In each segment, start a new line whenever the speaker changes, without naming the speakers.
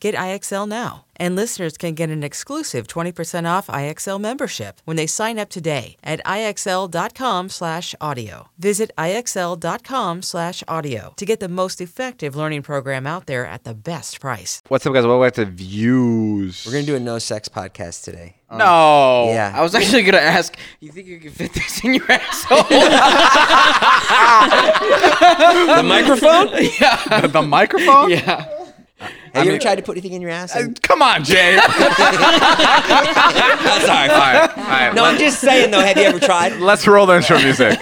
Get IXL now. And listeners can get an exclusive 20% off IXL membership when they sign up today at IXL.com slash audio. Visit IXL.com slash audio to get the most effective learning program out there at the best price.
What's up, guys? Welcome back to Views.
We're gonna do a no sex podcast today.
Oh,
No.
Yeah.
I was actually gonna ask. You think you can fit this in your asshole?
the microphone?
yeah.
the microphone?
Yeah.
Have you ever tried to put anything in your ass? And-
Come on, Jay. That's all right. All right. All right.
no, I'm just saying though. Have you ever tried?
Let's roll the intro music.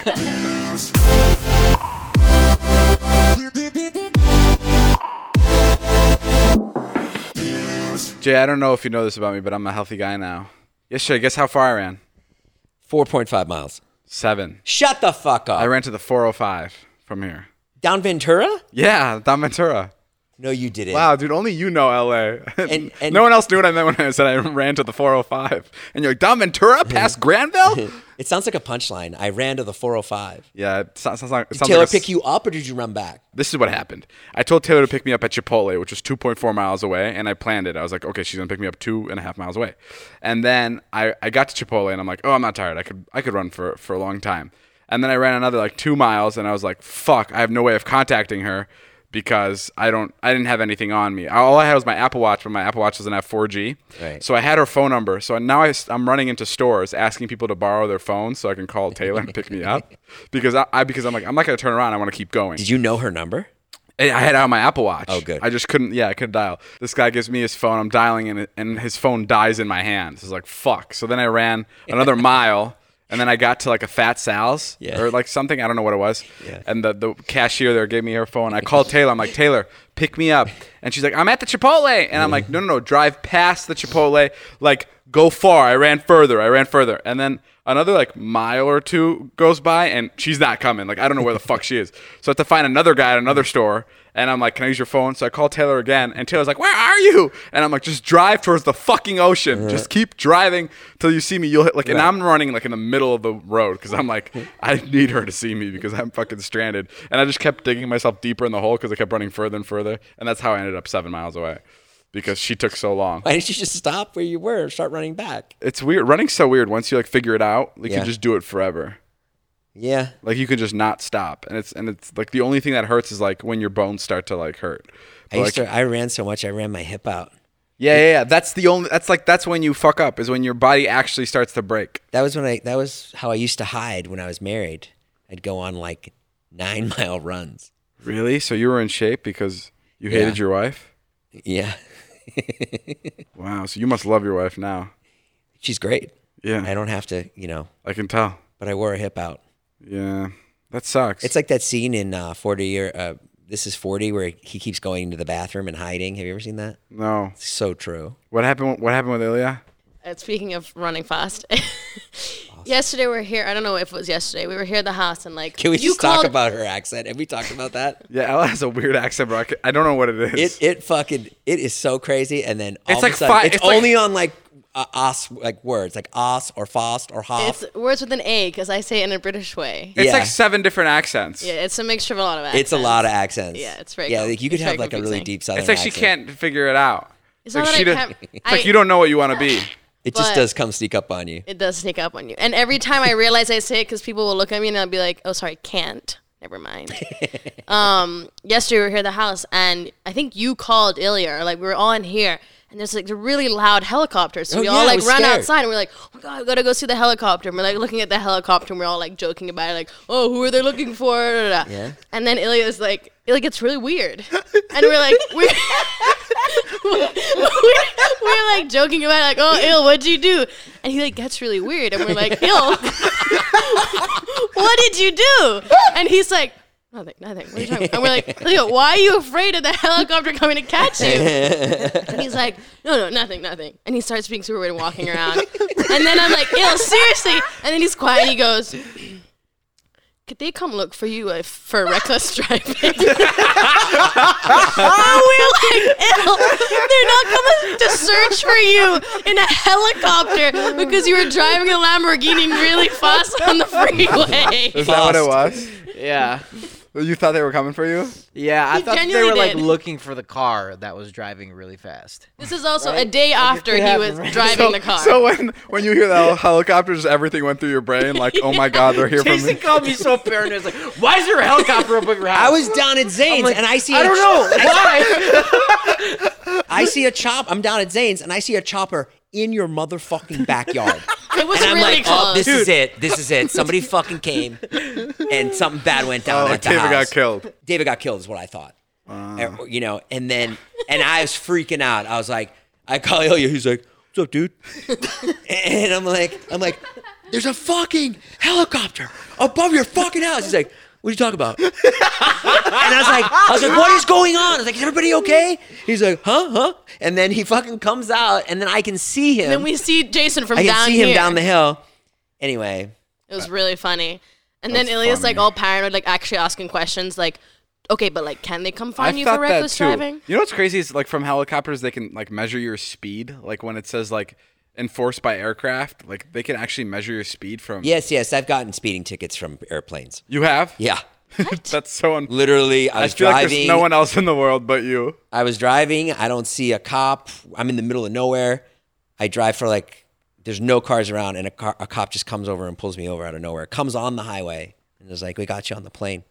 Jay, I don't know if you know this about me, but I'm a healthy guy now. Yesterday, guess how far I ran?
Four point five miles.
Seven.
Shut the fuck up.
I ran to the 405 from here.
Down Ventura?
Yeah, Don Ventura.
No, you didn't.
Wow, dude, only you know LA.
And- and-
no one else knew what I meant when I said I ran to the 405. And you're like, Don Ventura past Granville?
It sounds like a punchline. I ran to the 405.
yeah, it sounds, sounds like. it
Did
sounds
Taylor
like a s-
pick you up or did you run back?
This is what happened. I told Taylor to pick me up at Chipotle, which was 2.4 miles away, and I planned it. I was like, okay, she's gonna pick me up two and a half miles away. And then I, I got to Chipotle, and I'm like, oh, I'm not tired. I could I could run for for a long time. And then I ran another like two miles, and I was like, fuck, I have no way of contacting her because I don't I didn't have anything on me. All I had was my Apple Watch, but my Apple Watch doesn't have 4G.
Right.
So I had her phone number. So now I, am running into stores asking people to borrow their phones so I can call Taylor and pick me up because I, I because I'm like I'm not gonna turn around. I want to keep going.
Did you know her number?
And I had it on my Apple Watch.
Oh, good.
I just couldn't. Yeah, I couldn't dial. This guy gives me his phone. I'm dialing, and and his phone dies in my hand. So it's like fuck. So then I ran another mile, and then I got to like a Fat Sal's
Yeah.
or like something. I don't know what it was.
Yeah.
And the the cashier there gave me her phone. I called Taylor. I'm like Taylor, pick me up. And she's like, I'm at the Chipotle. And I'm like, No, no, no. Drive past the Chipotle. Like go far. I ran further. I ran further. And then another like mile or two goes by and she's not coming. Like I don't know where the fuck she is. So I have to find another guy at another store and I'm like, Can I use your phone? So I call Taylor again and Taylor's like, Where are you? And I'm like, just drive towards the fucking ocean. Just keep driving till you see me. You'll hit like and I'm running like in the middle of the road because I'm like, I need her to see me because I'm fucking stranded. And I just kept digging myself deeper in the hole because I kept running further and further. And that's how I ended up seven miles away. Because she took so long
Why didn't you just stop where you were and start running back?
it's weird. Running's so weird. Once you like figure it out, like you
Yeah.
just do it forever.
Yeah.
Like you can just not stop, and it's and it's like the only thing that hurts is like when your bones start to like hurt. But,
I used
like-
to I ran so much I ran my hip out.
yeah, yeah, yeah. That's the only. That's like that's when you fuck up is when your body actually starts to break.
That was when I that was how I used to hide when I was married. I'd go on like 9 mile runs.
Really? So you were in shape because you hated
Yeah.
your wife.
Yeah.
Wow. So you must love your wife now.
She's great. I
Yeah,
don't have to, you know,
I can tell.
but I wore a hip out.
Yeah, that sucks.
It's like that scene in uh, 40 or uh, This is 40 where he keeps going into the bathroom and hiding. Have you ever seen that?
no.
It's so true.
What happened? What happened with Ilya?
Uh, speaking of running fast, yesterday we are here. I don't know if it was yesterday. We were here at the house and like
Can we
you
just talk
called-
about her accent? Have we talked about that?
Yeah, Ella has a weird accent, bro. I c- I don't know what it is.
It it fucking it is so crazy. And then all
It's
of
like
a sudden,
fi-
it's,
it's like-
only on like uh, os like words like os or fost or hof.
It's
It's,
words with an A because I say it in a British way.
it's
yeah.
like seven different accents.
Yeah, it's a mixture of a lot of accents.
a lot of accents.
Yeah, it's very
yeah.
com-
Like you could
it's
have
very
like a really
confusing.
deep southern.
It's like she
accent.
can't figure it out.
It's
like
not that
she
I
don't-
can't-
it's
I-
like you don't know what you want to be.
It just
but-
does come sneak up on you.
It does sneak up on you. And every time I realize I say it, because people will look at me and I'll be like, oh, sorry, can't. Never mind. um, yesterday we were here at the house and I think you called Ilya. Or like we were all in here and there's like a really loud helicopter. So
Oh,
we
yeah, I
all like
was
run
scared.
outside and we're like, oh my God, we gotta go see the helicopter. And we're like looking at the helicopter and we're all like joking about it. Like, oh, who are they looking for? Da, da, da.
Yeah.
And then Ilya's like, it like it's really weird. And we're like, we're, like joking about it, like, oh, ill, what'd you do? And he like gets really weird, and we're like, ill, what did you do? And he's like, nothing, nothing. What are you talking about? And we're like, Leo, why are you afraid of the helicopter coming to catch you? And he's like, no, no, nothing, nothing. And he starts being super weird and walking around. And then I'm like, ill, seriously. And then he's quiet. And he goes. Could they come look for you if, for reckless driving? Oh, we're like, ill. They're not coming to search for you in a helicopter because you were driving a Lamborghini really fast on the freeway.
Is that what it was?
Yeah.
You thought they were coming for you?
Yeah, I
He
thought they
genuinely
were like
did.
looking for the car that was driving really fast.
This is also a day after he was driving the car.
So when when you hear the helicopters, everything went through your brain like, oh my god, they're here for
Jason
me.
called me so paranoid. He's like, why is there a helicopter up around?
I was down at Zane's and I see.
I
a
don't
ch-
know why.
I see a chop. I'm down at Zane's and I see a chopper in your motherfucking backyard.
it was
and I'm
really
like,
close.
oh, this is it. This is it. Somebody fucking came and something bad went down.
Oh,
at the
David got
house.
killed.
David got killed is what I thought. Uh, you know, and then and I was freaking out. I was like, I call Ilya. He's like, "What's up, dude?" and I'm like, I'm like, "There's a fucking helicopter above your fucking house." He's like, "What are you talking about?" and I was like, I was like, "What is going on?" I was like, "Is everybody okay?" He's like, "Huh, huh?" And then he fucking comes out, and then I can see him.
and we see Jason from
I can
down
see
here.
him down the hill. Anyway,
It was really funny. And then Ilya's like all paranoid, like actually asking questions, like, okay, but like, can they come find you for reckless driving?
You know what's crazy is like from helicopters they can like measure your speed. Like when it says like enforced by aircraft, like they can actually measure your speed from.
yes, yes, I've gotten speeding tickets from airplanes.
You have.
Yeah.
That's so. Un-
Literally, I
I
was
feel like
driving.
there's no one else in the world but you.
I was driving. I don't see a cop. I'm in the middle of nowhere. I drive for like there's no cars around, and a car a cop just comes over and pulls me over out of nowhere. Comes on the highway and is like, "We got you on the plane."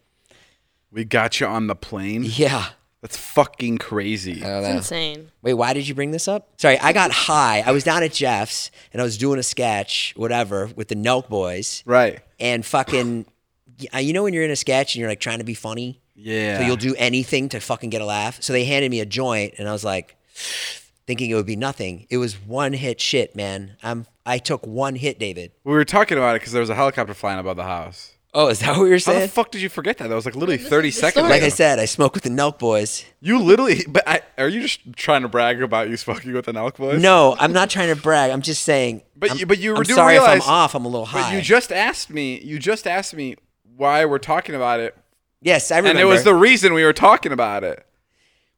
We got you on the plane.
Yeah.
That's fucking crazy.
It's insane.
Wait, why did you bring this up? Sorry, I got high. I was down at Jeff's and I was doing a sketch, whatever, with the Nelk Boys.
right.
And fucking, y- you know when you're in a sketch and you're like trying to be funny.
Yeah.
So you'll do anything to fucking get a laugh. So they handed me a joint, and I was like, thinking it would be nothing. It was one hit shit, man. I'm I took one hit, David.
we were talking about it because there was a helicopter flying above the house.
Oh, is that what you're
How the
saying?
fuck did you forget that? That was like literally 30 seconds.
story.
like
ago.
I said, I smoke with the Nelk Boys.
you literally. But I, are you just trying to brag about you smoking with an elk boy?
No, I'm not trying to brag. I'm just saying.
But
I'm,
you- but you
I'm
do
sorry
realize-
if I'm off. I'm a little high.
But you just asked me. You just asked me why we're talking about it,
yes, I
and
remember.
it was the reason we were talking about it.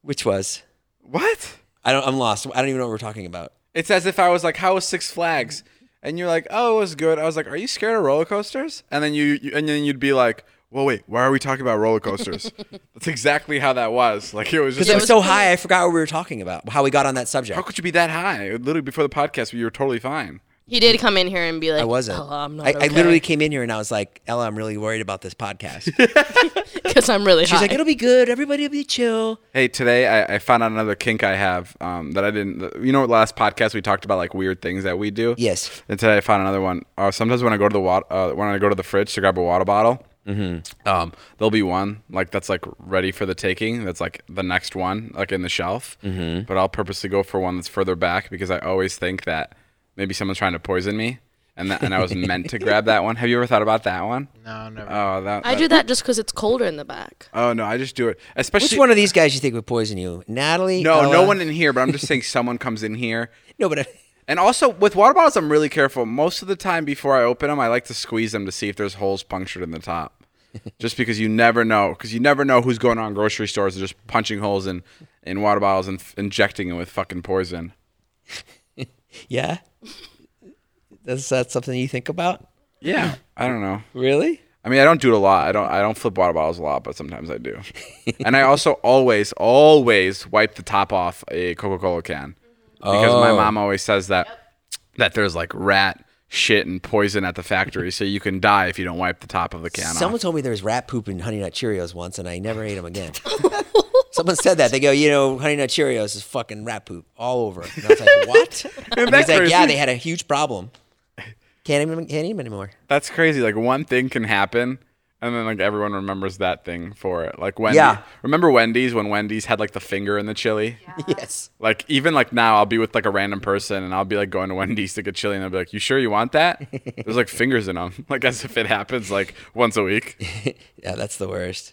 which was
What?
I don't. I'm lost. I don't even know what we're talking about.
It's as if I was like, "How was Six Flags?" And you're like, "Oh, it was good." I was like, "Are you scared of roller coasters?" And then you, you and then you'd be like, "Well, wait, why are we talking about roller coasters?" That's exactly how that was. Like it was just.
Because I'm
like,
so high, I forgot what we were talking about. How we got on that subject.
how could you be that high? Literally before the podcast, you were totally fine.
He did come in here and be like,
I wasn't.
Oh, I'm not.
I, I
okay,"
literally came in here and I was like, Ella, I'm really worried about this podcast.
because I'm really
She's
high.
like, it'll be good. Everybody will be chill.
Hey, today I, I found out another kink I have um, that I didn't. You know, last podcast we talked about like weird things that we do.
Yes.
And today I found another one. Uh, sometimes when I go to the water, uh, when I go to the fridge to grab a water bottle,
Mm-hmm.
um, there'll be one like that's like ready for the taking. That's like the next one, like in the shelf. Mm-hmm. But I'll purposely go for one that's further back because I always think that maybe someone's trying to poison me, and that, and I was meant to grab that one. Have you ever thought about that one?
No, never.
Oh, that.
I
that-
do that just because it's colder in the back.
Oh no, I just do it. Especially
Which one of these guys you think would poison you? Natalie?
No, no
Ella?
one in here. But I'm just saying someone comes in here.
No, but
And also with water bottles, I'm really careful. Most of the time before I open them, I like to squeeze them to see if there's holes punctured in the top, just because you never know. Because you never know who's going on grocery stores and just punching holes in in water bottles and f- injecting it with fucking poison.
yeah. Is that something you think about?
Yeah, I don't know.
Really?
I mean, I don't do it a lot. I don't. I don't flip water bottles a lot, but sometimes I do. and I also always, always wipe the top off a Coca-Cola can because my mom always says that that there's like rat shit and poison at the factory, so you can die if you don't wipe the top of the can
Someone
off.
told me there was rat poop in Honey Nut Cheerios once, and I never ate them again. Someone said that. They go, you know, Honey Nut Cheerios is fucking rat poop all over. And I was like, what? and he's
that
like, yeah,
crazy?
they had a huge problem. Can't eat them, can't eat 'em anymore.
That's crazy. Like one thing can happen, And then like everyone remembers that thing for it. Like Wendy.
Yeah.
Remember Wendy's when Wendy's had like the finger in the chili?
Yes.
Like even like now I'll be with like a random person and I'll be like going to Wendy's to get chili and I'll be like, "You sure you want that?" There's like fingers in them. Like as if it happens like once a week.
Yeah, that's the worst.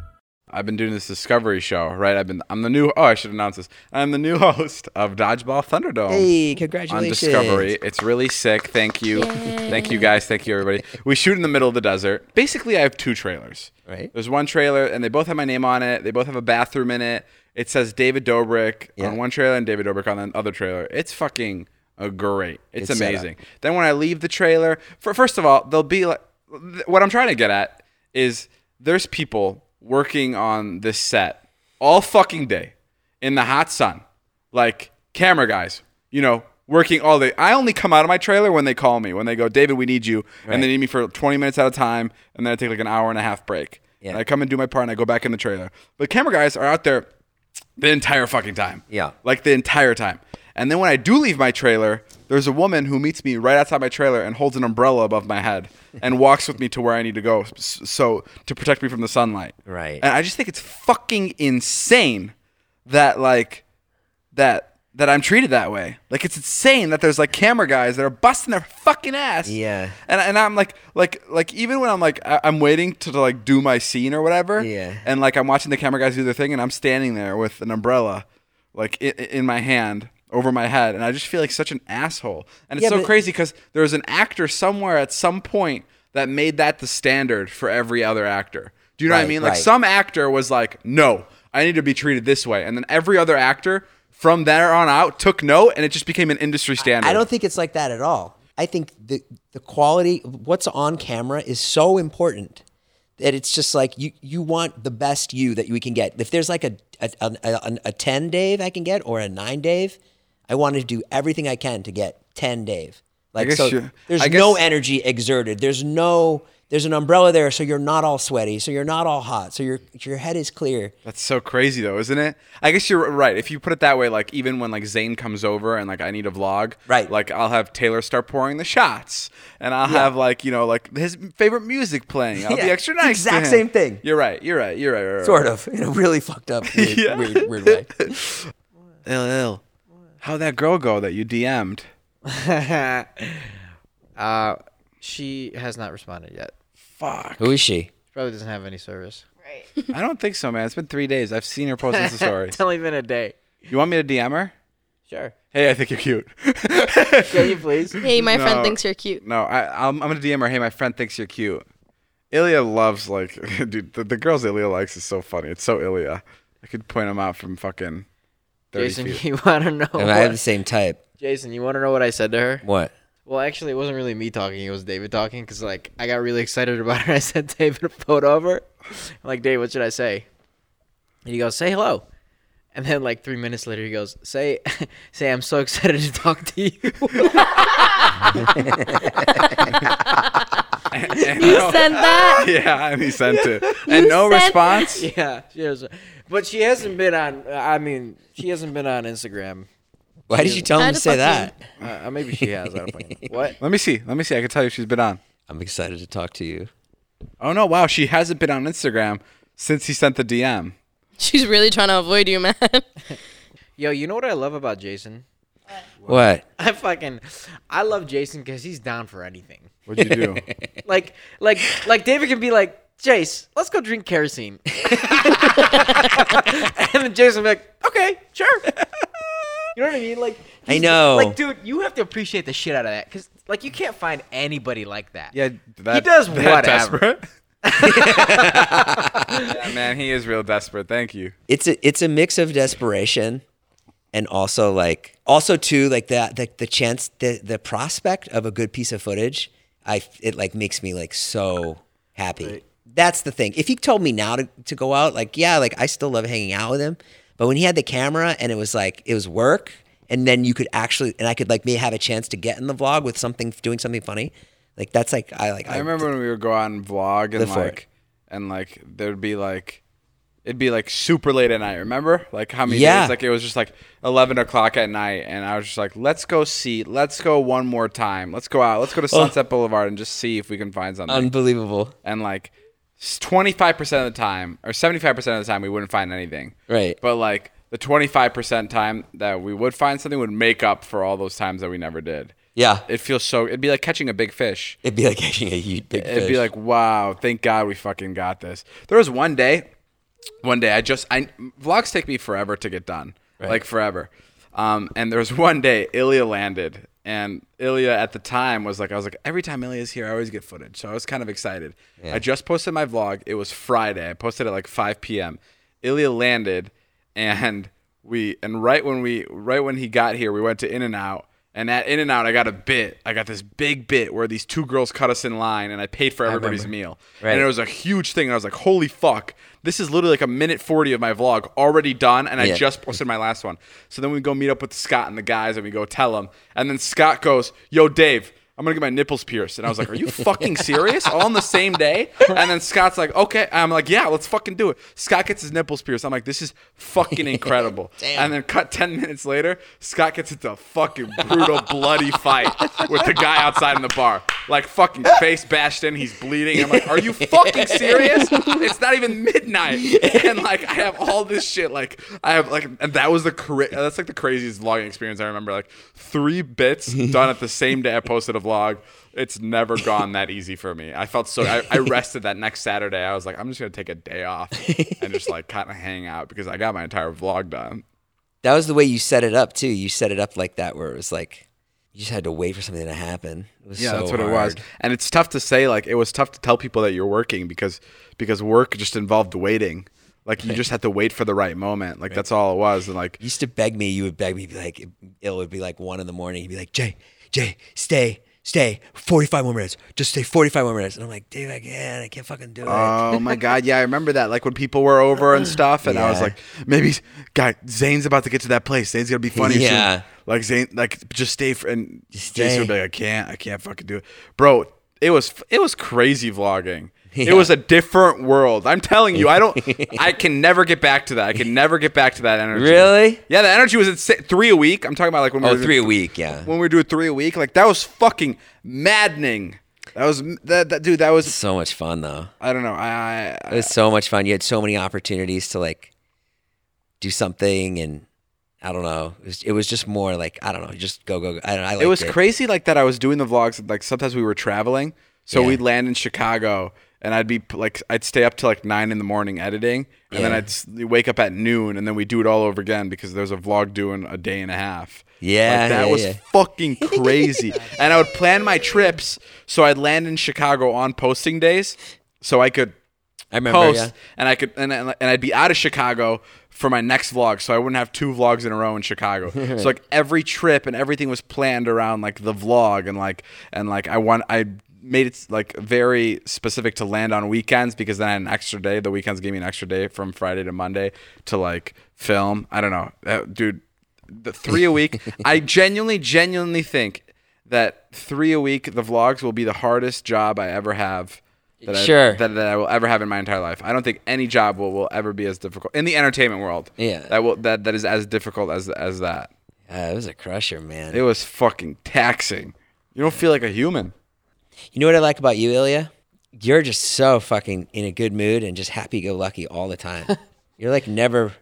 I've been doing this discovery show, right? I've been I'm the new Oh, I should announce this. I'm the new host of Dodgeball Thunderdome.
Hey,
on
congratulations.
Discovery. It's really sick. Thank you. Thank you guys. Thank you everybody. We shoot in the middle of the desert. Basically, I have two trailers.
Right.
There's one trailer and they both have my name on it. They both have a bathroom in it. It says David Dobrik
Yeah.
on one trailer and David Dobrik on the other trailer. It's fucking uh, great. It's,
It's set up.
amazing. Then when I leave the trailer, for, first of all, there'll be like th- what I'm trying to get at is there's people working on this set all fucking day in the hot sun, like camera guys, you know, working all day. I only come out of my trailer when they call me, when they go, David, we need you, and they need me for 20 minutes at a time, and then I take like an hour and a half break.
Yeah.
And I come and do my part, and I go back in the trailer. But camera guys are out there the entire fucking time.
Yeah.
Like the entire time. And then when I do leave my trailer, there's a woman who meets me right outside my trailer and holds an umbrella above my head and walks with me to where I need to go s- so to protect me from the sunlight.
Right.
And I just think it's fucking insane that like that that I'm treated that way. Like it's insane that there's like camera guys that are busting their fucking ass.
Yeah.
And and I'm like like like even when I'm like I- I'm waiting to, to like do my scene or whatever.
Yeah.
And like I'm watching the camera guys do their thing, and I'm standing there with an umbrella, like in, in my hand over my head, and I just feel like such an asshole. And it's
Yeah,
so
but-
crazy because there's an actor somewhere at some point that made that the standard for every other actor. Do you know what I
Right,
mean? Like
right.
some actor was like, "No, I need to be treated this way," and then every other actor from there on out took note, and it just became an industry standard.
I don't think it's like that at all. I think the the quality, what's on camera, is so important that it's just like you you want the best you that we can get. If there's like a a, a, a, a ten Dave I can get or a nine Dave, I want to do everything I can to get ten Dave. Like
guess
so,
you-
there's
I
no
guess-
energy exerted. There's no there's an umbrella there, so you're not all sweaty, so you're not all hot, so your your head is clear.
That's so crazy though, isn't it? I guess you're right. If you put it that way, like even when like Zayn comes over and like I need a vlog,
Right.
Like I'll have Taylor start pouring the shots, and I'll have like you know like his favorite music playing. I'll be
Yeah,
extra nice. to
exact
him.
same thing.
You're right. You're right. You're right. You're right.
Sort of in a really fucked up, weird,
Yeah.
weird, weird way.
Ill, ill. How'd that girl go that you DM'd?
uh, she has not responded yet.
Fuck.
Who is she?
She probably doesn't have any service.
I don't think so, man. It's been three days. I've seen her post Insta stories.
It's only been a day.
You want me to DM her?
Sure.
Hey, I think you're cute.
Can you please?
Hey, my
No.
friend thinks you're cute.
No, I, I'm, I'm gonna DM her. Hey, my friend thinks you're cute. Ilya loves like, dude, the, the girls Ilya likes is so funny. It's so Ilya. I could point him out from fucking thirty
Jason,
feet.
you want to know?
Am I
What,
the same type?
Jason, you want to know what I said to her?
What?
Well, actually, it wasn't really me talking. It was David talking because, like, I got really excited about her. I sent David a photo of her. I'm like, Dave, what should I say? And he goes, say hello. And then, like, three minutes later, he goes, say, say, I'm so excited to talk to you.
Send that.
yeah, and he sent it, and no
said-
response.
yeah. She has, but she hasn't been on, I mean, she hasn't been on Instagram.
Why did you tell him
Kinda
to say that?
fucking-
Uh, maybe she has. I don't fucking know. What?
Let me see. Let me see. I can tell you she's been on.
I'm excited to talk to you.
Oh no! Wow, she hasn't been on Instagram since he sent the DM.
She's really trying to avoid you, man.
Yo, you know what I love about Jason?
What?
I fucking, I love Jason because he's down for anything.
What'd you do?
Like, like, like David can be like, Jace, let's go drink kerosene. and then Jason be like, okay, sure. You know what I mean? Like,
I know.
like, dude, you have to appreciate the shit out of that because, like, you can't find anybody like that.
Yeah, that,
does
that
whatever.
desperate? yeah, man, he is real desperate. Thank you.
it's a it's a mix of desperation and also like also too like the the, the chance the the prospect of a good piece of footage. I it like makes me like so happy. that's the thing. If he told me now to, to go out, like, yeah, like I still love hanging out with him. But when he had the camera and it was like, it was work, and then you could actually, and I could like maybe have a chance to get in the vlog with something, doing something funny. Like, that's like, I like,
I remember when we would go out and vlog and
Live for it.
like, and like there'd be like, it'd be like super late at night. Remember, like how many
Yeah.
days? Like it was just like eleven o'clock at night, and I was just like, let's go see, let's go one more time, let's go out, let's go to Sunset Boulevard and just see if we can find
Um,
something.
unbelievable.
and like twenty five percent of the time, or seventy five percent of the time, we wouldn't find anything.
Right.
But like the twenty five percent time that we would find something would make up for all those times that we never did.
Yeah.
It feels so. It'd be like catching a big fish.
It'd be like catching a huge big
It'd be
fish.
like, wow, thank God we fucking got this. There was one day, one day I just I vlogs take me forever to get done, like forever. Um, and there was one day Ilya landed, and Ilya at the time was like, I was like, every time Ilya's here, I always get footage, so I was kind of excited. I just posted my vlog. It was Friday. I posted at like 5 p.m. Ilya landed, and we and right when we right when he got here, we went to In and Out. And at In and Out, I got a bit. I got this big bit where these two girls cut us in line, and I paid for everybody's meal. And it was a huge thing. And I was like, "Holy fuck! This is literally like a minute forty of my vlog already done, and
Yeah.
I just posted my last one." So then we go meet up with Scott and the guys, and we go tell them. And then Scott goes, "Yo, Dave." I'm gonna get my nipples pierced, and I was like, "Are you fucking serious? All on the same day?" And then Scott's like, "Okay." I'm like, "Yeah, let's fucking do it." Scott gets his nipples pierced. I'm like, "This is fucking incredible." And then cut ten minutes later, Scott gets into a fucking brutal, bloody fight with the guy outside in the bar, like fucking face bashed in. He's bleeding. I'm like, "Are you fucking serious? It's not even midnight." And like, I have all this shit. Like, I have like, and that was the cra- that's like the craziest vlogging experience I remember. Like, three bits done at the same day I posted a vlog. It's never gone that easy for me. I felt so. I, I rested that next Saturday. I was like, I'm just gonna take a day off and just like kind of hang out because I got my entire vlog done.
That was the way you set it up too. You set it up like that, where it was like you just had to wait for something to happen. It was
Yeah,
so
that's what it was.
hard.
And it's tough to say. Like, it was tough to tell people that you're working because because work just involved waiting. Like, you just had to wait for the right moment. Like, that's all it was. And like,
You used to beg me. You would beg me. Be like, it would be like one in the morning. You'd be like, Jay, Jay, stay, stay, forty-five more minutes. Just stay forty-five more minutes. And I'm like, dude, I can't. I can't fucking do it.
Oh my god, yeah, I remember that. Like when people were over and stuff, and I was
Yeah.
like, maybe, guy, Zane's about to get to that place. Zane's gonna be funny. soon."
Yeah.
Like Zane, like just stay for and
Just
Jason would
stay.
be like, I can't, I can't fucking do it, bro. It was it was crazy vlogging. It was a different world. I'm telling you, I don't. I can never get back to that. I can never get back to that energy.
Really?
Yeah, the energy was at si- three a week. I'm talking about like when we
oh,
were
three a week. Yeah.
when we were doing three a week. Like that was fucking maddening. That was that, that dude. That was
So much fun though.
I don't know. I, I
It was so much fun. You had so many opportunities to like do something, and I don't know. It was, it was just more like I don't know. Just go, go, go. I don't. know. I
it was
liked
crazy like that i was doing the vlogs and, like sometimes we were traveling so
Yeah.
we'd land in chicago and i'd be p- like i'd stay up till like nine in the morning editing and then
Yeah.
i'd s- wake up at noon and then we do it all over again because there's a vlog due in a day and a half
Yeah,
like, that
yeah,
was
yeah.
fucking crazy and i would plan my trips so i'd land in chicago on posting days so i could
I remember.
post
yeah.
and I could and, and and I'd be out of Chicago for my next vlog so I wouldn't have two vlogs in a row in Chicago. so like every trip and everything was planned around like the vlog and like and like I want I made it like very specific to land on weekends because then I had an extra day. The weekends gave me an extra day from Friday to Monday to like film. I don't know. Uh, dude, the three a week. I genuinely genuinely think that three a week the vlogs will be the hardest job I ever have. That
Sure.
I, that that I will ever have in my entire life. I don't think any job will, will ever be as difficult in the entertainment world.
Yeah.
that will that, that is as difficult as as that.
Uh, it was a crusher, man.
It was fucking taxing. You don't feel like a human.
You know what I like about you, Ilya? You're just so fucking in a good mood and just happy go lucky all the time. You're like never,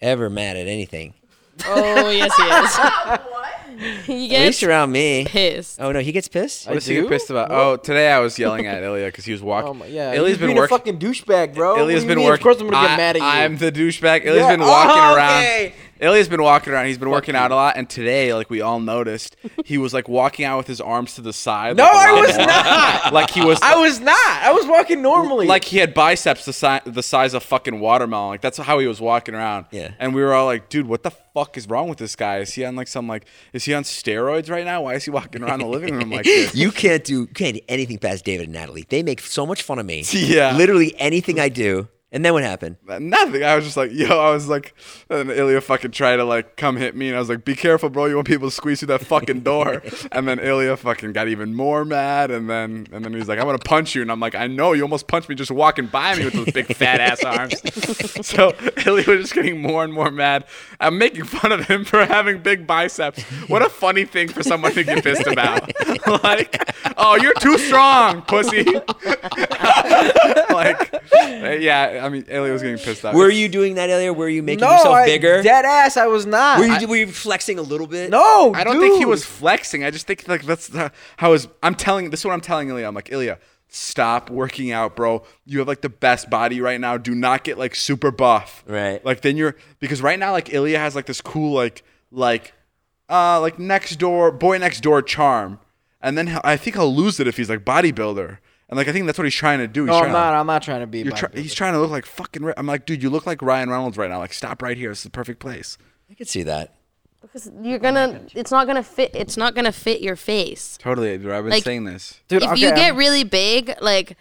ever mad at anything.
Oh yes, he is. he
At least
gets
around me.
pissed.
Oh no, he gets pissed.
What is he get pissed about? Oh, today I was yelling at Ilya because he was walking.
Oh my, yeah,
Ilya's
you're
been
being a
working.
fucking douchebag, bro. What do
Ilya's
you
been
mean?
working.
Of course, I'm gonna get
I-
mad at you.
I'm the douchebag. Ilya's
Yeah.
been walking
Oh,
around.
okay.
Ilya's been walking around. He's been working out a lot, and today, like we all noticed, he was like walking out with his arms to the side.
No,
like,
I
around
was
the block.
not.
Like he was.
I was not. I was walking normally.
Like he had biceps the size the size of fucking watermelon. Like that's how he was walking around.
Yeah.
And we were all like, dude, what the fuck is wrong with this guy? Is he on like some like is he on steroids right now? Why is he walking around the living room like this?
You can't do you can't do anything past David and Natalie. They make so much fun of me.
Yeah.
Literally anything I do. And then what happened?
Nothing. I was just like, yo, I was like, and Ilya fucking tried to like come hit me, and I was like, be careful, bro. You want people to squeeze through that fucking door. and then Ilya fucking got even more mad, and then and then he's like, I'm gonna punch you, and I'm like, I know you almost punched me just walking by me with those big fat ass arms. so Ilya was just getting more and more mad. I'm making fun of him for having big biceps. What a funny thing for someone to get pissed about. like, oh, you're too strong, pussy. like, yeah. I mean, Ilya was getting pissed off.
Were you doing that earlier? Were you making
no,
yourself
I,
bigger?
dead ass. I was not.
were, you, were you flexing a little bit?
no,
I don't think he
dude.
was flexing. I just think like that's the, how is I'm telling this is what I'm telling Ilya. I'm like Ilya, stop working out, bro. You have like the best body right now. Do not get like super buff.
Right.
Like then you're because right now like Ilya has like this cool like like uh like next door boy next door charm, and then he- I think he'll lose it if he's like bodybuilder. And like I think that's what he's trying to do. He's
No,
trying
I'm not.
To,
I'm not trying to be.
you're try,
bodybuilder.
he's trying to look like fucking. Ri- I'm like, dude, you look like Ryan Reynolds right now. Like, stop right here. This is the perfect place.
I could see that.
Because you're gonna, it's not gonna fit. It's not gonna fit your face.
Totally, dude. I've been
Like-
saying this.
Dude,
if
okay,
you
I'm-
get really big, like,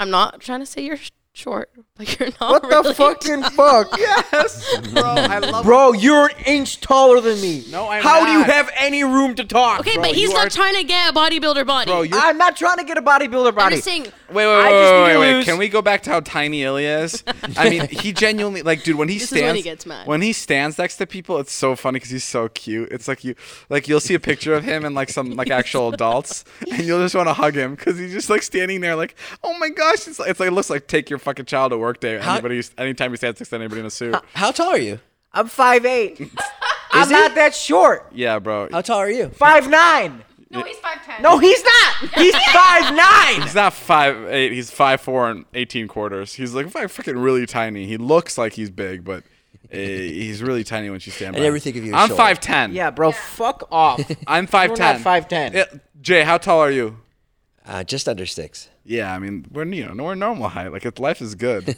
I'm not trying to say you're sh- short, but you're not.
What
really
the fucking fuck?
Yes, bro. I love
Bro, you're an inch taller than me.
No, I'm
How do you
not.
have any room to talk?
Okay,
bro?
but he's
you
not
are-
trying to get a bodybuilder body.
Bro, you're.
I'm not trying to get a bodybuilder
I'm
body.
just saying.
wait, wait,
I
wait,
just
wait,
need
wait,
to
wait.
lose-
Can we go back to how tiny Ilya is? I mean, he genuinely, like, dude, when he
This is when
stands,
he gets mad.
when he stands next to people, it's so funny because he's so cute. It's like you, like, you'll see a picture of him and like some like actual adults, and you'll just want to hug him because he's just like standing there, like, oh my gosh, it's like, it's like it looks like take your fucking child to work day. Anybody, anytime he stands next to anybody in a suit.
How tall are you?
I'm 5'8. I'm
he?
not that short.
Yeah, bro.
How tall are you?
5'9.
No, he's five ten.
No, he's not. He's 5'9.
He's not five eight. He's five four and eighteen quarters. He's like fuck- fucking really tiny. He looks like he's big, but uh, he's really tiny when you stand.
I
by
never
him.
think of you as
I'm
short.
five ten.
Yeah, bro, fuck off.
I'm five ten.
not 5'10.
Jay, how tall are you?
Uh, just under six.
Yeah, I mean we're you know we're normal height. Like it, life is good.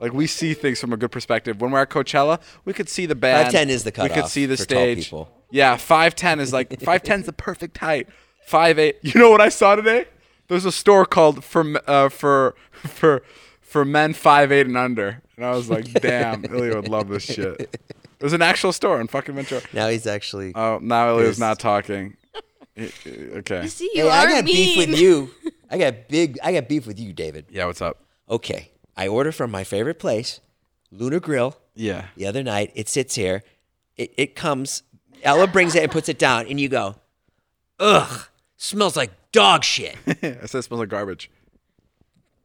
like we see things from a good perspective. When we're at Coachella, we could see the band.
5'10" is the
We
cutoff
could see the
for tall
stage.
people.
Yeah, five ten is like five ten is the perfect height. Five eight. You know what I saw today? There's a store called for m- uh, for for for men five eight and under, and I was like, damn, Ilya would love this shit. There's an actual store in fucking Ventura.
Now he's actually.
Oh, now Ilya's not talking. Eh, eh, Okay.
See,
Hey,
you
I
are
got beef
mean.
with you. I got big. I got beef with you, David.
Yeah, what's up?
Okay, I order from my favorite place, Lunar Grill.
Yeah.
the other night. It sits here. It, it comes. Ella brings it and puts it down, and you go, ugh, smells like dog shit.
I said it smells like garbage.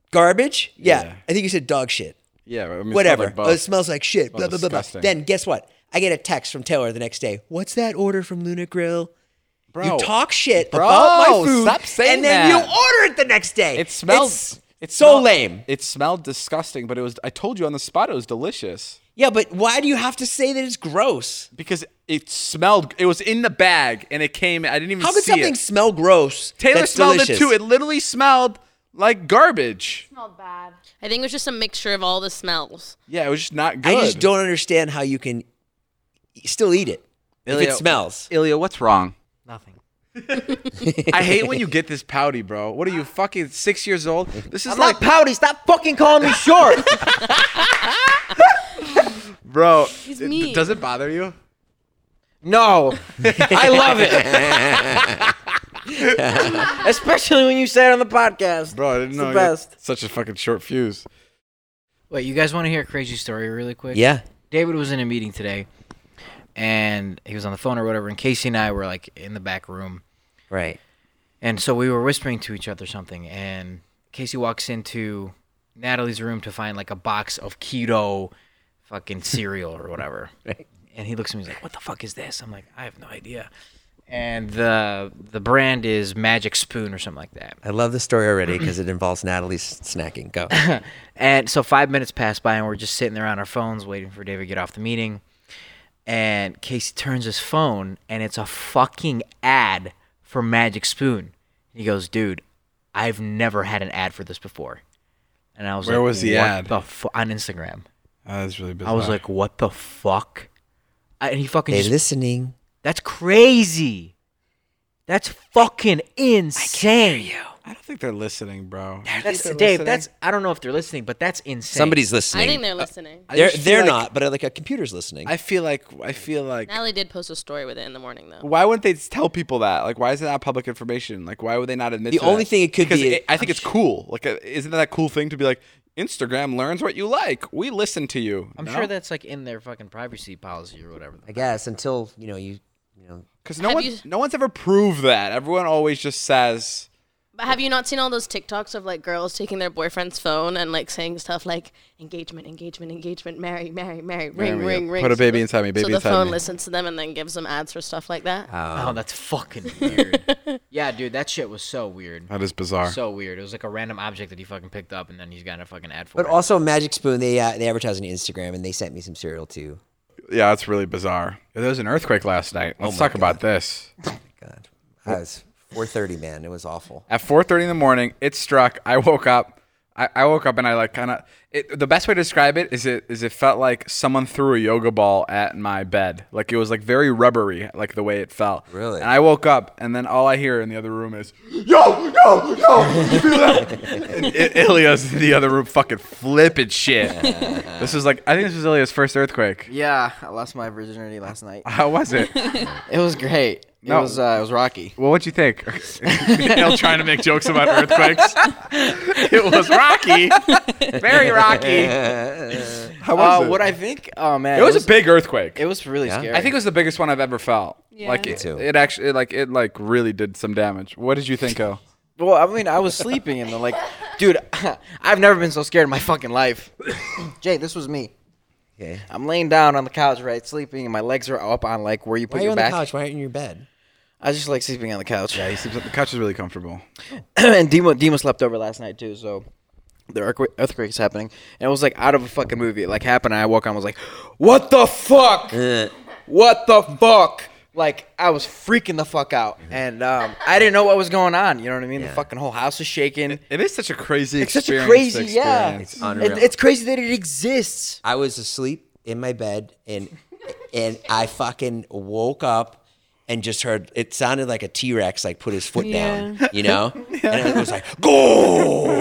Garbage? Yeah.
Yeah.
I think you said dog shit.
Yeah, I mean, it smelled
Whatever.
like
oh, it
both.
smells like shit. blah, blah, blah, blah.
disgusting.
Then guess what? I get a text from Taylor the next day. What's that order from Luna Grill?
Bro.
You talk shit about
Bro,
my food,
stop saying
and then you
that.
order it the next day.
It smelled.
It's, it's so
smelled-
lame.
It smelled disgusting, but it was. I told you on the spot, it was delicious
Yeah, but why do you have to say that it's gross?
because it smelled. It was in the bag and it came. I didn't even.
How could
see
something
It.
smell gross?
Taylor
that's
smelled
delicious?
it too. It literally smelled like garbage.
Smelled bad.
I think it was just a mixture of all the smells.
Yeah, it was just not good.
I just don't understand how you can still eat it if it smells.
Ilya, what's wrong?
Nothing.
I hate when you get this pouty, bro. What are you fucking six years old? This is
I'm
like,
not pouty. Stop fucking calling me short.
bro.
He's
it-
mean.
Does it bother you?
no, I love it. Especially when you say it on the podcast.
Bro, I didn't
It's
know
the
you had
best.
such a fucking short fuse.
Wait, you guys want to hear a crazy story really quick?
Yeah.
David was in a meeting today, and he was on the phone or whatever. And Casey and I were like in the back room,
Right.
and so we were whispering to each other something. And Casey walks into Natalie's room to find like a box of keto fucking cereal or whatever. Right. And he looks at me. He's like, "What the fuck is this?" I'm like, "I have no idea." And the the brand is Magic Spoon or something like that.
I love this story already because it involves Natalie's snacking. Go.
And so five minutes pass by, and we're just sitting there on our phones waiting for David to get off the meeting. and Casey turns his phone, and it's a fucking ad for Magic Spoon. He goes, "Dude, I've never had an ad for this before." And I was
Where
like,
was the
"What
ad?"
The fu-? on Instagram.
That was Ah, really
I was like, "What the fuck?" I, and he fucking
They
just
listening.
that's crazy. That's fucking insane.
I don't think they're listening, bro.
That's Dave. That's I don't know if they're listening, but that's insane.
Somebody's listening. Uh,
I think they're listening.
I
They're
just feel
they're
like-
not, but uh, like a computer's listening.
I feel like I feel like
Natalie did post a story with it in the morning though.
why wouldn't they tell people that? Like, why is it not public information? Like, why would they not admit?
The
to
only
that?
thing it could
Because
be-
I think it's cool. Like, uh, isn't that a cool thing to be like? Instagram learns what you like. We listen to you.
I'm
No?
sure that's like in their fucking privacy policy or whatever.
I guess until you know you you know
because no
Have
one,
you-
no one's ever proved that. Everyone always just says,
But have you not seen all those TikToks of like girls taking their boyfriend's phone and like saying stuff like engagement, engagement, engagement, marry, marry, marry, ring,
me
ring,
up.
ring.
Put a
So
baby
the-
inside me,
So
baby
the
inside
phone
me.
listens to them and then gives them ads for stuff like that.
oh, that's fucking weird. yeah, dude, that shit was so weird.
Uh.
"That is bizarre."
So weird. It was like a random object that he fucking picked up, and then he's got a fucking ad for
But
it.
also Magic Spoon, they uh, they advertise on Instagram, and they sent me some cereal too.
yeah, it's really bizarre. There was an earthquake last night.
Oh
Let's talk about this.
God, I was 4:30, man. It was awful.
At 4:30 in the morning, it struck. I woke up. I, I woke up and I like kind of. The best way to describe it is it is it felt like someone threw a yoga ball at my bed. Like it was like very rubbery, like the way it felt.
Really?
And I woke up and then all I hear in the other room is yo yo yo. You feel that? and I- Ilya's in the other room, fucking flipping shit. this is like I think this was Ilya's first earthquake.
Yeah, I lost my virginity last night.
How was it?
It was great.
No.
It was uh, it was rocky.
Well, what'd you think? Neil trying to make jokes about earthquakes. it was rocky, very rocky. How
Uh, what I think? Oh man,
It was, a big earthquake.
It was really scary.
I think it was the biggest one I've ever felt. Like it,
too.
it actually, it, like it, like really did some damage. What did you think, O?
Well, I mean, I was sleeping and then like, dude, I've never been so scared in my fucking life. Jay, this was me.
Okay.
I'm laying down on the couch, right, sleeping, and my legs are up on like where you put
Why are you
your
on
back.
the couch? Why aren't you in your bed?
I just like sleeping on the couch.
The couch is really comfortable.
and Demo Demo slept over last night too, so the earthquake earthquake's happening, and it was like out of a fucking movie. It like happened, and I woke up, and was like, "What the fuck? what the fuck?" Like I was freaking the fuck out,
Mm-hmm.
and um, I didn't know what was going on. You know what I mean? The fucking whole house is shaking.
It is such a crazy.
It's such a
experience to
crazy, yeah.
experience.
It's,
unreal.
it's crazy that it exists.
I was asleep in my bed, and and I fucking woke up and just heard. It sounded like a T Rex like put his foot down, you know, and it was like go.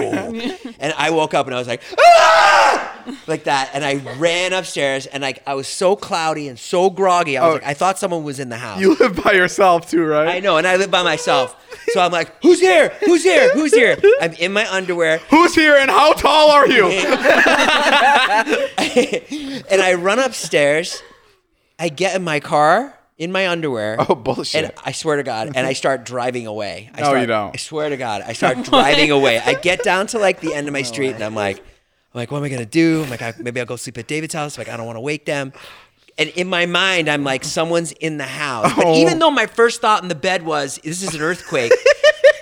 And I woke up and I was like ah! like that, and I ran upstairs, and like I was so cloudy and so groggy. I was like, I thought someone was in the house.
You live by yourself too, right?
I know, and I live by myself. So I'm like, who's here? Who's here? Who's here? I'm in my underwear
Who's here and how tall are you?
and I run upstairs. I get in my car in my underwear.
Oh, bullshit.
And I swear to God, and I start driving away. I
No,
start-
you don't.
I swear to God, I start driving away. I get down to like the end
Oh,
of my street, and I'm like, I'm like, what am I gonna do? I'm like, I, maybe I'll go sleep at David's house. Like, I don't want to wake them. And in my mind, I'm like, someone's in the house. But
Oh.
even though my first thought in the bed was, this is an earthquake,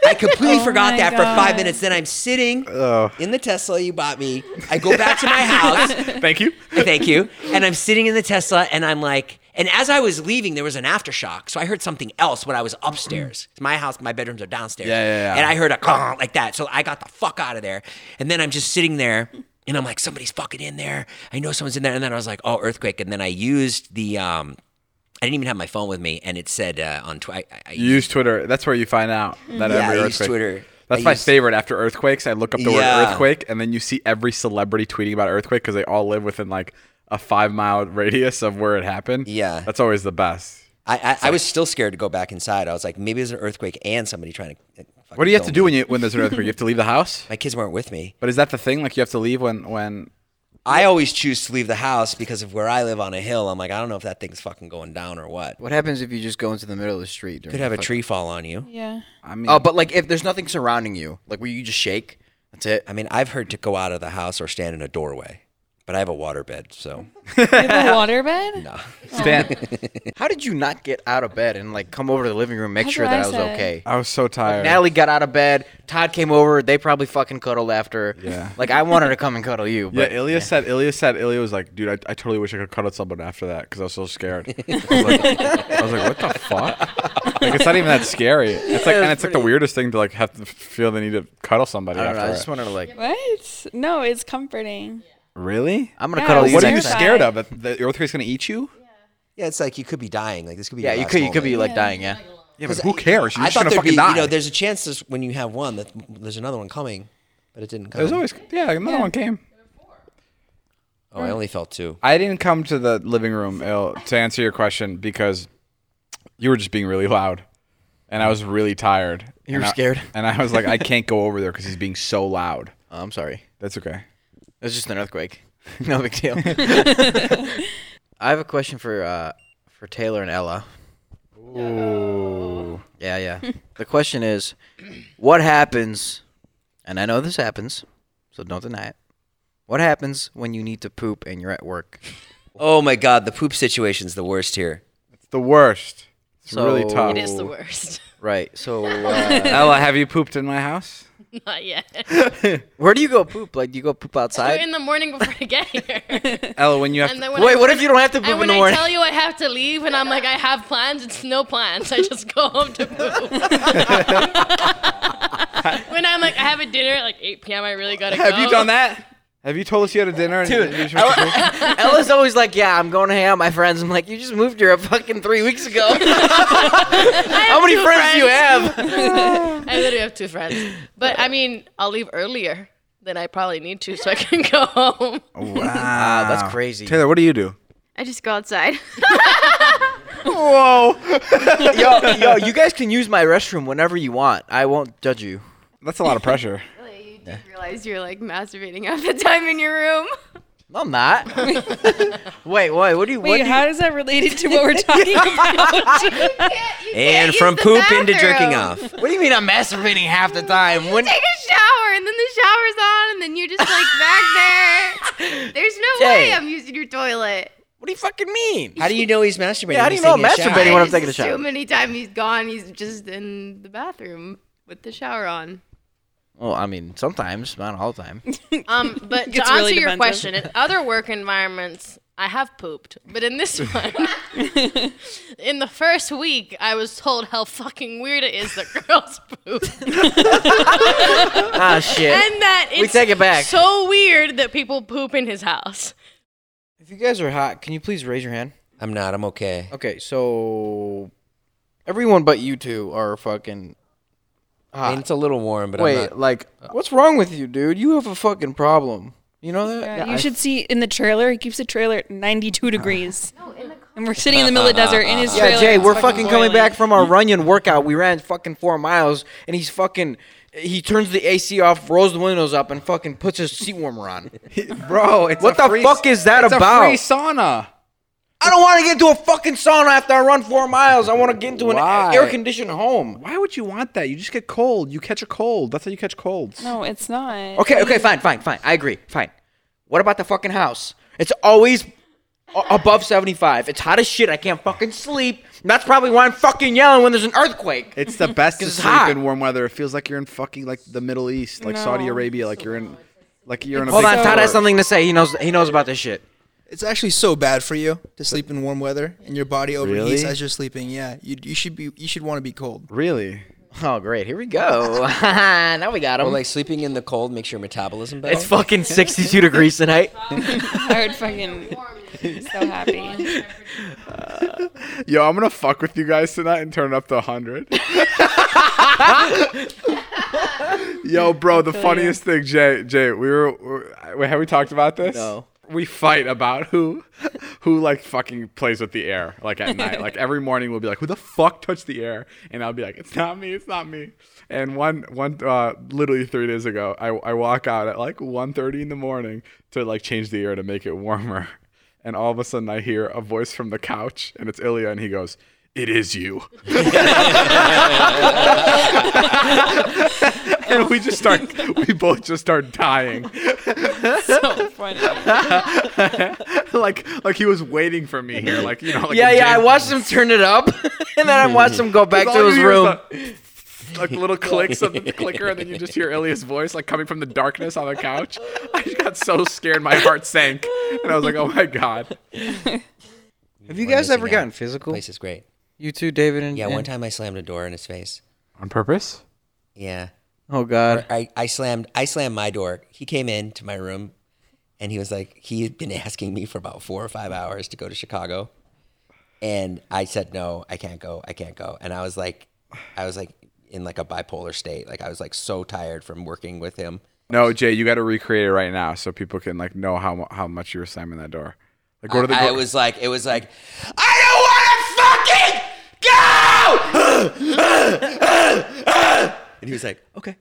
I completely forgot
Oh my
that for five
God.
minutes. Then I'm sitting in the Tesla you bought me. I go back to my house.
Thank you.
Thank you. And I'm sitting in the Tesla and I'm like, and as I was leaving, there was an aftershock. So I heard something else when I was upstairs. It's my house, my bedrooms are downstairs.
Yeah, yeah, yeah.
And I heard a "Gong," like that. So I got the fuck out of there. And then I'm just sitting there and I'm like, somebody's fucking in there. I know someone's in there. And then I was like, oh, earthquake. And then I used the, um, I didn't even have my phone with me. And it said uh, on Twitter, I, I,
You use Twitter. That's where you find out that
Mm. Yeah,
every
I
earthquake.
use Twitter.
That's
I
my
use-
favorite. After earthquakes, I look up the word
Yeah.
earthquake, and then you see every celebrity tweeting about earthquake because they all live within like a five mile radius of where it happened.
Yeah.
that's always the best.
I, I, I was still scared to go back inside. I was like, maybe there's an earthquake and somebody trying to. uh,
What do you have to do when you when there's an earthquake? You have to leave the house.
My kids weren't with me.
But is that the thing? Like you have to leave when when
I always choose to leave the house because of where I live on a hill. I'm like, I don't know if that thing's fucking going down or what.
What happens if you just go into the middle of the street?
Could have a tree fall on you.
Yeah.
I mean.
Oh, but like if there's nothing surrounding you, like where you just shake, that's it.
I mean, I've heard to go out of the house or stand in a doorway. But I have a waterbed, so
The waterbed? No.
Stan,
How did you not get out of bed and like come over to the living room, make
That's
sure
what
that
I
I was
said.
okay?
I was so tired.
Natalie got out of bed. Todd came over. They probably fucking cuddled after.
Yeah.
Like I wanted to come and cuddle you,
yeah,
but
Ilya said. Ilya said. Ilya was like, "Dude, I, I totally wish I could cuddle someone after that because I was so scared." I was, like, I was like, "What the fuck?" Like, it's not even that scary. It's like, and it's like the weirdest thing to like have to feel the need to cuddle somebody
I don't
after.
know. I
it.
just wanted to like.
What? No, it's comforting.
really?
I'm gonna
Yeah,
cuddle you.
what are you
next
terrified.
scared of? That the earthquake's gonna eat you?
yeah, it's like you could be dying. Like this could be
Yeah,
your
you
last
could you could be
moment.
like dying. Yeah.
Yeah, but who cares? You're
I
just
thought
gonna
there'd
fucking
be
die.
you know there's a chance this, when you have one that there's another one coming, but it didn't come.
There's always yeah. Another one came.
oh, I only felt two.
I didn't come to the living room ill to answer your question because you were just being really loud, and I was really tired.
You
And
were
I-
scared?
and I was like, I can't go over there because he's being so loud.
Oh, I'm sorry.
That's okay.
It was just an earthquake. no big deal. I have a question for uh, for Taylor and Ella.
Ooh.
Yeah, yeah. the question is, what happens? And I know this happens, so don't deny it. What happens when you need to poop and you're at work?
Oh my god, the poop situation's the worst here.
It's the worst. It's really
So-
tough.
It
It's the worst.
Right. So, uh,
Ella, have you pooped in my house?
Not yet.
where do you go poop? Like, do you go poop outside?
in the morning before I get here.
Ella, when you have
And
to,
then when
Wait,
I-
what if you don't have to poop
And
in
when
the
I
morning?
tell you I have to leave, and I'm like, I have plans, it's no plans. I just go home to poop. when I'm like, I have a dinner at like 8 p.m., I really gotta go.
have you done that? Have you told us you had a dinner? Dude, and you I,
Ella's always like, "Yeah, I'm going to hang out with my friends." I'm like, "You just moved here a fucking three weeks ago. How many
two
friends, do you have?"
I literally have two friends. But I mean, I'll leave earlier than I probably need to so I can go home.
wow, that's
crazy.
Taylor, what do you do?
I just go outside.
Whoa,
yo, yo, you guys can use my restroom whenever you want. I won't judge you.
that's a lot of pressure.
really, you didn't realize you're like masturbating half the time in your room.
No, I'm not. wait, wait, what do you? what
Wait,
do you-
how is that related to what we're talking about?
And from
the
poop into jerking off.
bathroom.
What do you mean I'm masturbating half the time? When
Take a shower, and then the shower's on, and then you're just like back there. There's no way
Dang.
I'm using your toilet.
what do you fucking mean?
How do you know he's masturbating?
Yeah, how
when
do
he's
you know I'm
taking a shower?
masturbating when I'm
Just
taking a shower?
Too many times he's gone. He's just in the bathroom with the shower on.
Well, I mean, sometimes, not all the time.
Um, but to
It's
answer
really
your
defensive.
question, in other work environments, I have pooped. But in this one, in the first week, I was told how fucking weird it is that girls poop.
ah, shit.
and that it's
We take it back.
so weird that people poop in his house.
if you guys are hot, can you please raise your hand?
I'm not. I'm okay.
Okay, so everyone but you two are fucking
I mean,
hot.
it's a little warm, but I'm
Wait,
not.
like, what's wrong with you, dude? You have a fucking problem. You know that?
you should see in the trailer. He keeps the trailer at 92 degrees. and we're sitting in the middle of the desert in his trailer.
Uh-huh. Yeah, Jay,
It's
we're fucking coming
boiling.
back from our Runyon workout. We ran fucking four miles, and he's fucking. He turns the AC off, rolls the windows up, and fucking puts his seat warmer on.
Bro, it's
What
a
the
free-
fuck is that
it's
about?
A free sauna.
I don't want to get into a fucking sauna after I run four miles. I want to get into an
Why?
air conditioned home.
Why would you want that? You just get cold. You catch a cold. That's how you catch colds.
No, it's not.
Okay, okay, fine, fine, fine. I agree. Fine. What about the fucking house? It's always a- above 75. It's hot as shit. I can't fucking sleep. And that's probably why I'm fucking yelling when there's an earthquake.
It's the best to
it's
sleep
hot.
in warm weather. It feels like you're in fucking like the Middle East, like Saudi Arabia, like you're in, like you're in a.
Hold
big
on, Todd has
resort.
something to say. He knows he knows about this shit.
It's actually so bad for you to sleep in warm weather, and your body overheats
Really?
as you're sleeping. Yeah, you, you should be you should want to be cold.
Really?
Oh, great. Here we go. now we got him.
Well, like oh. sleeping in the cold makes your metabolism better.
it's fucking 62 degrees tonight.
I would fucking so happy.
Yo, I'm gonna fuck with you guys tonight and turn it up to 100. Yo, bro, the funniest thing, Jay, Jay, we were, we have we talked about this?
No.
We fight about who, who like fucking plays with the air, like at night. Like every morning, we'll be like, "Who the fuck touched the air?" And I'll be like, "It's not me, it's not me." And one, one, uh, literally three days ago, I, I walk out at like 1.30 in the morning to like change the air to make it warmer, and all of a sudden I hear a voice from the couch, and it's Ilya, and he goes, it is you. and we just start, we both just start dying.
so funny.
like, like he was waiting for me here. Like, you know, like
yeah,
a
yeah. I
James-
watched him turn it up, and then I watched him go back
All
to
you
his
hear is
room.
the- like little clicks of the clicker, and then you just hear Ilya's voice like coming from the darkness on the couch. I just got so scared, my heart sank, and I was like, "Oh my god!"
Have you
We're
guys ever
missing out.
gotten physical?
Place is great.
You too, David and
Yeah, one
and-
time I slammed a door in his face.
On purpose?
Yeah.
Oh God.
Or I, I slammed I slammed my door. He came into my room and he was like he had been asking me for about four or five hours to go to Chicago. And I said, No, I can't go, I can't go. And I was like I was like in like a bipolar state. Like I was like so tired from working with him.
No, Jay, you got to recreate it right now so people can like know how mu- how much you were slamming that door. Like, go to the
I, I
door.
was like it was like and he was like, Okay.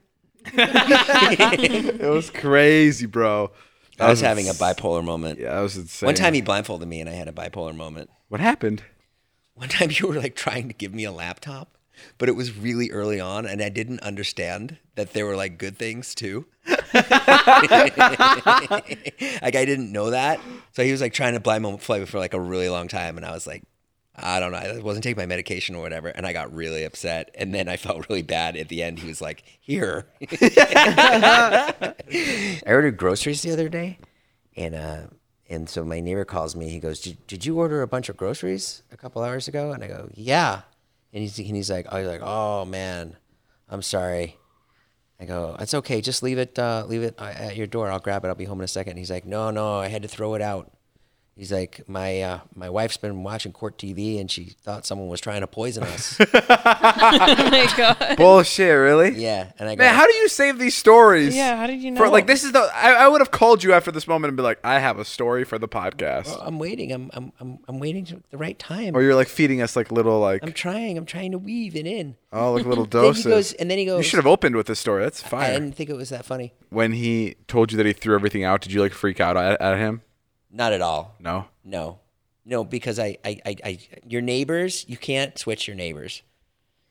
it was crazy, bro.
I was having a bipolar moment.
Yeah, that was insane.
One time he blindfolded me and I had a bipolar moment.
What happened?
One time you were like trying to give me a laptop, but it was really early on and I didn't understand that there were like good things too. like I didn't know that. So he was like trying to blindfold me for like a really long time and I was like, I don't know. I wasn't taking my medication or whatever, and I got really upset. And then I felt really bad at the end. He was like, "Here." I ordered groceries the other day, and uh, and so my neighbor calls me. He goes, did, "Did you order a bunch of groceries a couple hours ago?" And I go, "Yeah." And he's and he's like, "Oh, he's like, oh man, I'm sorry." I go, "It's okay. Just leave it. Uh, leave it uh, at your door. I'll grab it. I'll be home in a second. And he's like, "No, no. I had to throw it out." He's like, "My uh, my wife's been watching court TV, and she thought someone was trying to poison us."
oh my god.
Bullshit, really?
yeah, and I go,
Man, how do you save these stories?
Yeah, how did you
For,
know?
like this is the I, I would have called you after this moment and be like, I have a story for the podcast.
Well, I'm waiting. I'm I'm I'm, I'm waiting for the right time.
or you're like feeding us like little like
I'm trying. I'm trying to weave it in.
oh like little
Then he
doses.
goes- and then he
You
goes-
should have opened with this story. That's
I
fine.
didn't think it was that funny.
When he told you that he threw everything out, did you like freak out at, at him?
Not at all.
No.
No, no, because I, I, I, I your neighbors, you can't switch your neighbors.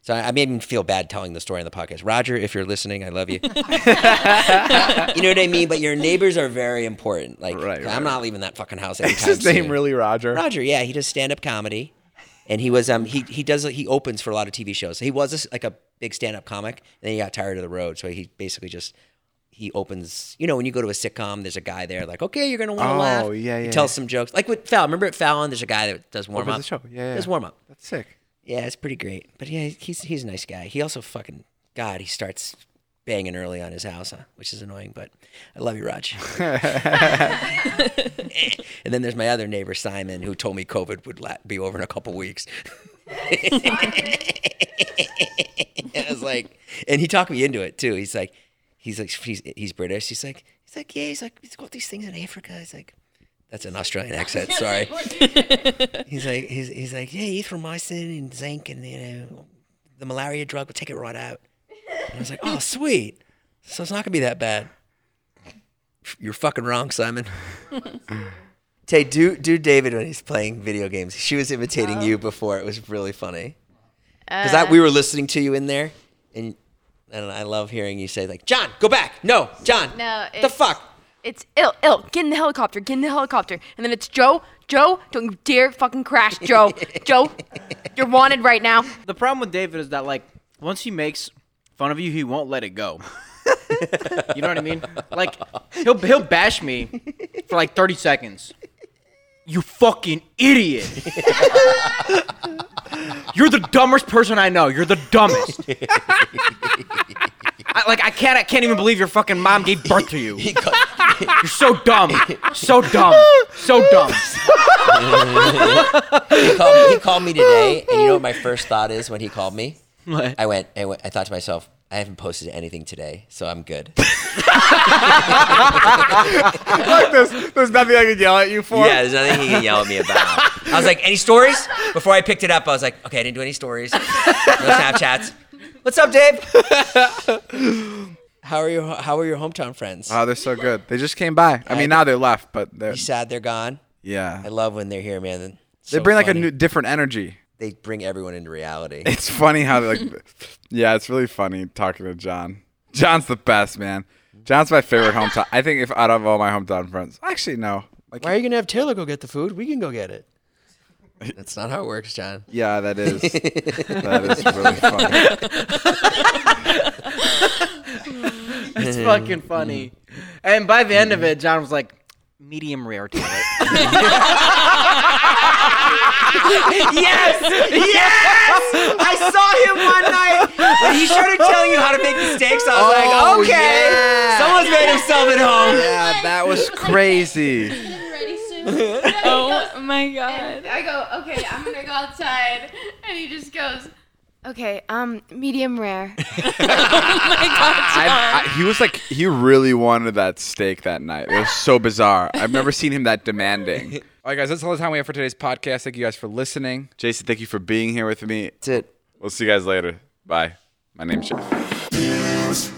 So I, I made him feel bad telling the story on the podcast. Roger, if you're listening, I love you. you know what I mean? But your neighbors are very important. Like,
Right, right.
I'm not leaving that fucking house anytime
Is his name
soon.
really Roger?
Roger, yeah, he does stand up comedy, and he was um he he does he opens for a lot of TV shows. He was a, like a big stand up comic, and then he got tired of the road, so he basically just he opens. You know, when you go to a sitcom, there's a guy there like, okay, you're gonna want to
Oh,
laugh.
yeah, yeah,
He tells
yeah.
some jokes like with Fallon. Remember at Fallon, there's a guy that does warm
Opens
up.
the show, yeah, yeah.
does warm up.
That's sick.
Yeah, it's pretty great. But yeah, he's he's a nice guy. He also fucking God, he starts banging early on his house, huh? which is annoying. But I love you, Raj. and then there's my other neighbor Simon, who told me COVID would la- be over in a couple weeks. I was like, and he talked me into it too. He's like, he's like, he's, he's British. He's like, he's like, yeah. He's like, he's got these things in Africa. He's like, that's an Australian accent. Sorry. he's like, he's, he's like, yeah, erythromycin and zinc and you know, the malaria drug will take it right out. And I was like, oh, sweet. So it's not gonna be that bad. You're fucking wrong, Simon. Tay, do do David when he's playing video games. She was imitating you before. It was really funny because
Oh. Uh,
we were listening to you in there, and and I love hearing you say like, John, go back. No, John.
No,
the
it's-
fuck.
It's ill, ill. Get in the helicopter. Get in the helicopter. And then it's Joe. Joe, don't you dare fucking crash, Joe. Joe, you're wanted right now.
The problem with David is that like once he makes fun of you, he won't let it go. you know what I mean? Like he'll he'll bash me for like 30 seconds. You fucking idiot. You're the dumbest person I know. You're the dumbest. I, like I can't I can't even believe your fucking mom gave birth to you. You're so dumb. So dumb. So dumb.
he, called me, he called me today, and you know what my first thought is when he called me?
What?
I went, I went. I thought to myself, I haven't posted anything today, so I'm good.
like this. There's nothing I could yell at you for.
yeah, there's nothing he can yell at me about. I was like, any stories? Before I picked it up, I was like, okay, I didn't do any stories, no Snapchats. What's up, Dave? how are your How are your hometown friends?
Oh, they're so good. They just came by. I mean, now they left, but they're
you sad they're gone?
yeah.
I love when they're here, man. It's
They
so
bring like a
funny.
new, different energy.
they bring everyone into reality.
It's funny how like, yeah, it's really funny talking to John. John's the best man. John's my favorite hometown. I think if out of all my hometown friends, actually no, like
Why are you gonna have Taylor go get the food? We can go get it. That's not how it works, John.
yeah, that is that is really funny.
It's
Mm-hmm.
fucking funny. And by the end of it, John was like, medium rare to
yes! Yes! I saw him one night when he started telling you how to make mistakes. I was
Oh,
like, okay,
yeah.
someone's made himself at home.
yeah, that was crazy.
oh my god.
And I go, okay, I'm gonna go outside, and he just goes, okay, um, medium rare.
I, I, he was like, he really wanted that steak that night. It was so bizarre. I've never seen him that demanding. All right, guys, that's all the time we have for today's podcast. Thank you guys for listening. Jason, thank you for being here with me. That's
it.
We'll see you guys later. Bye. My name's Jeff.
News.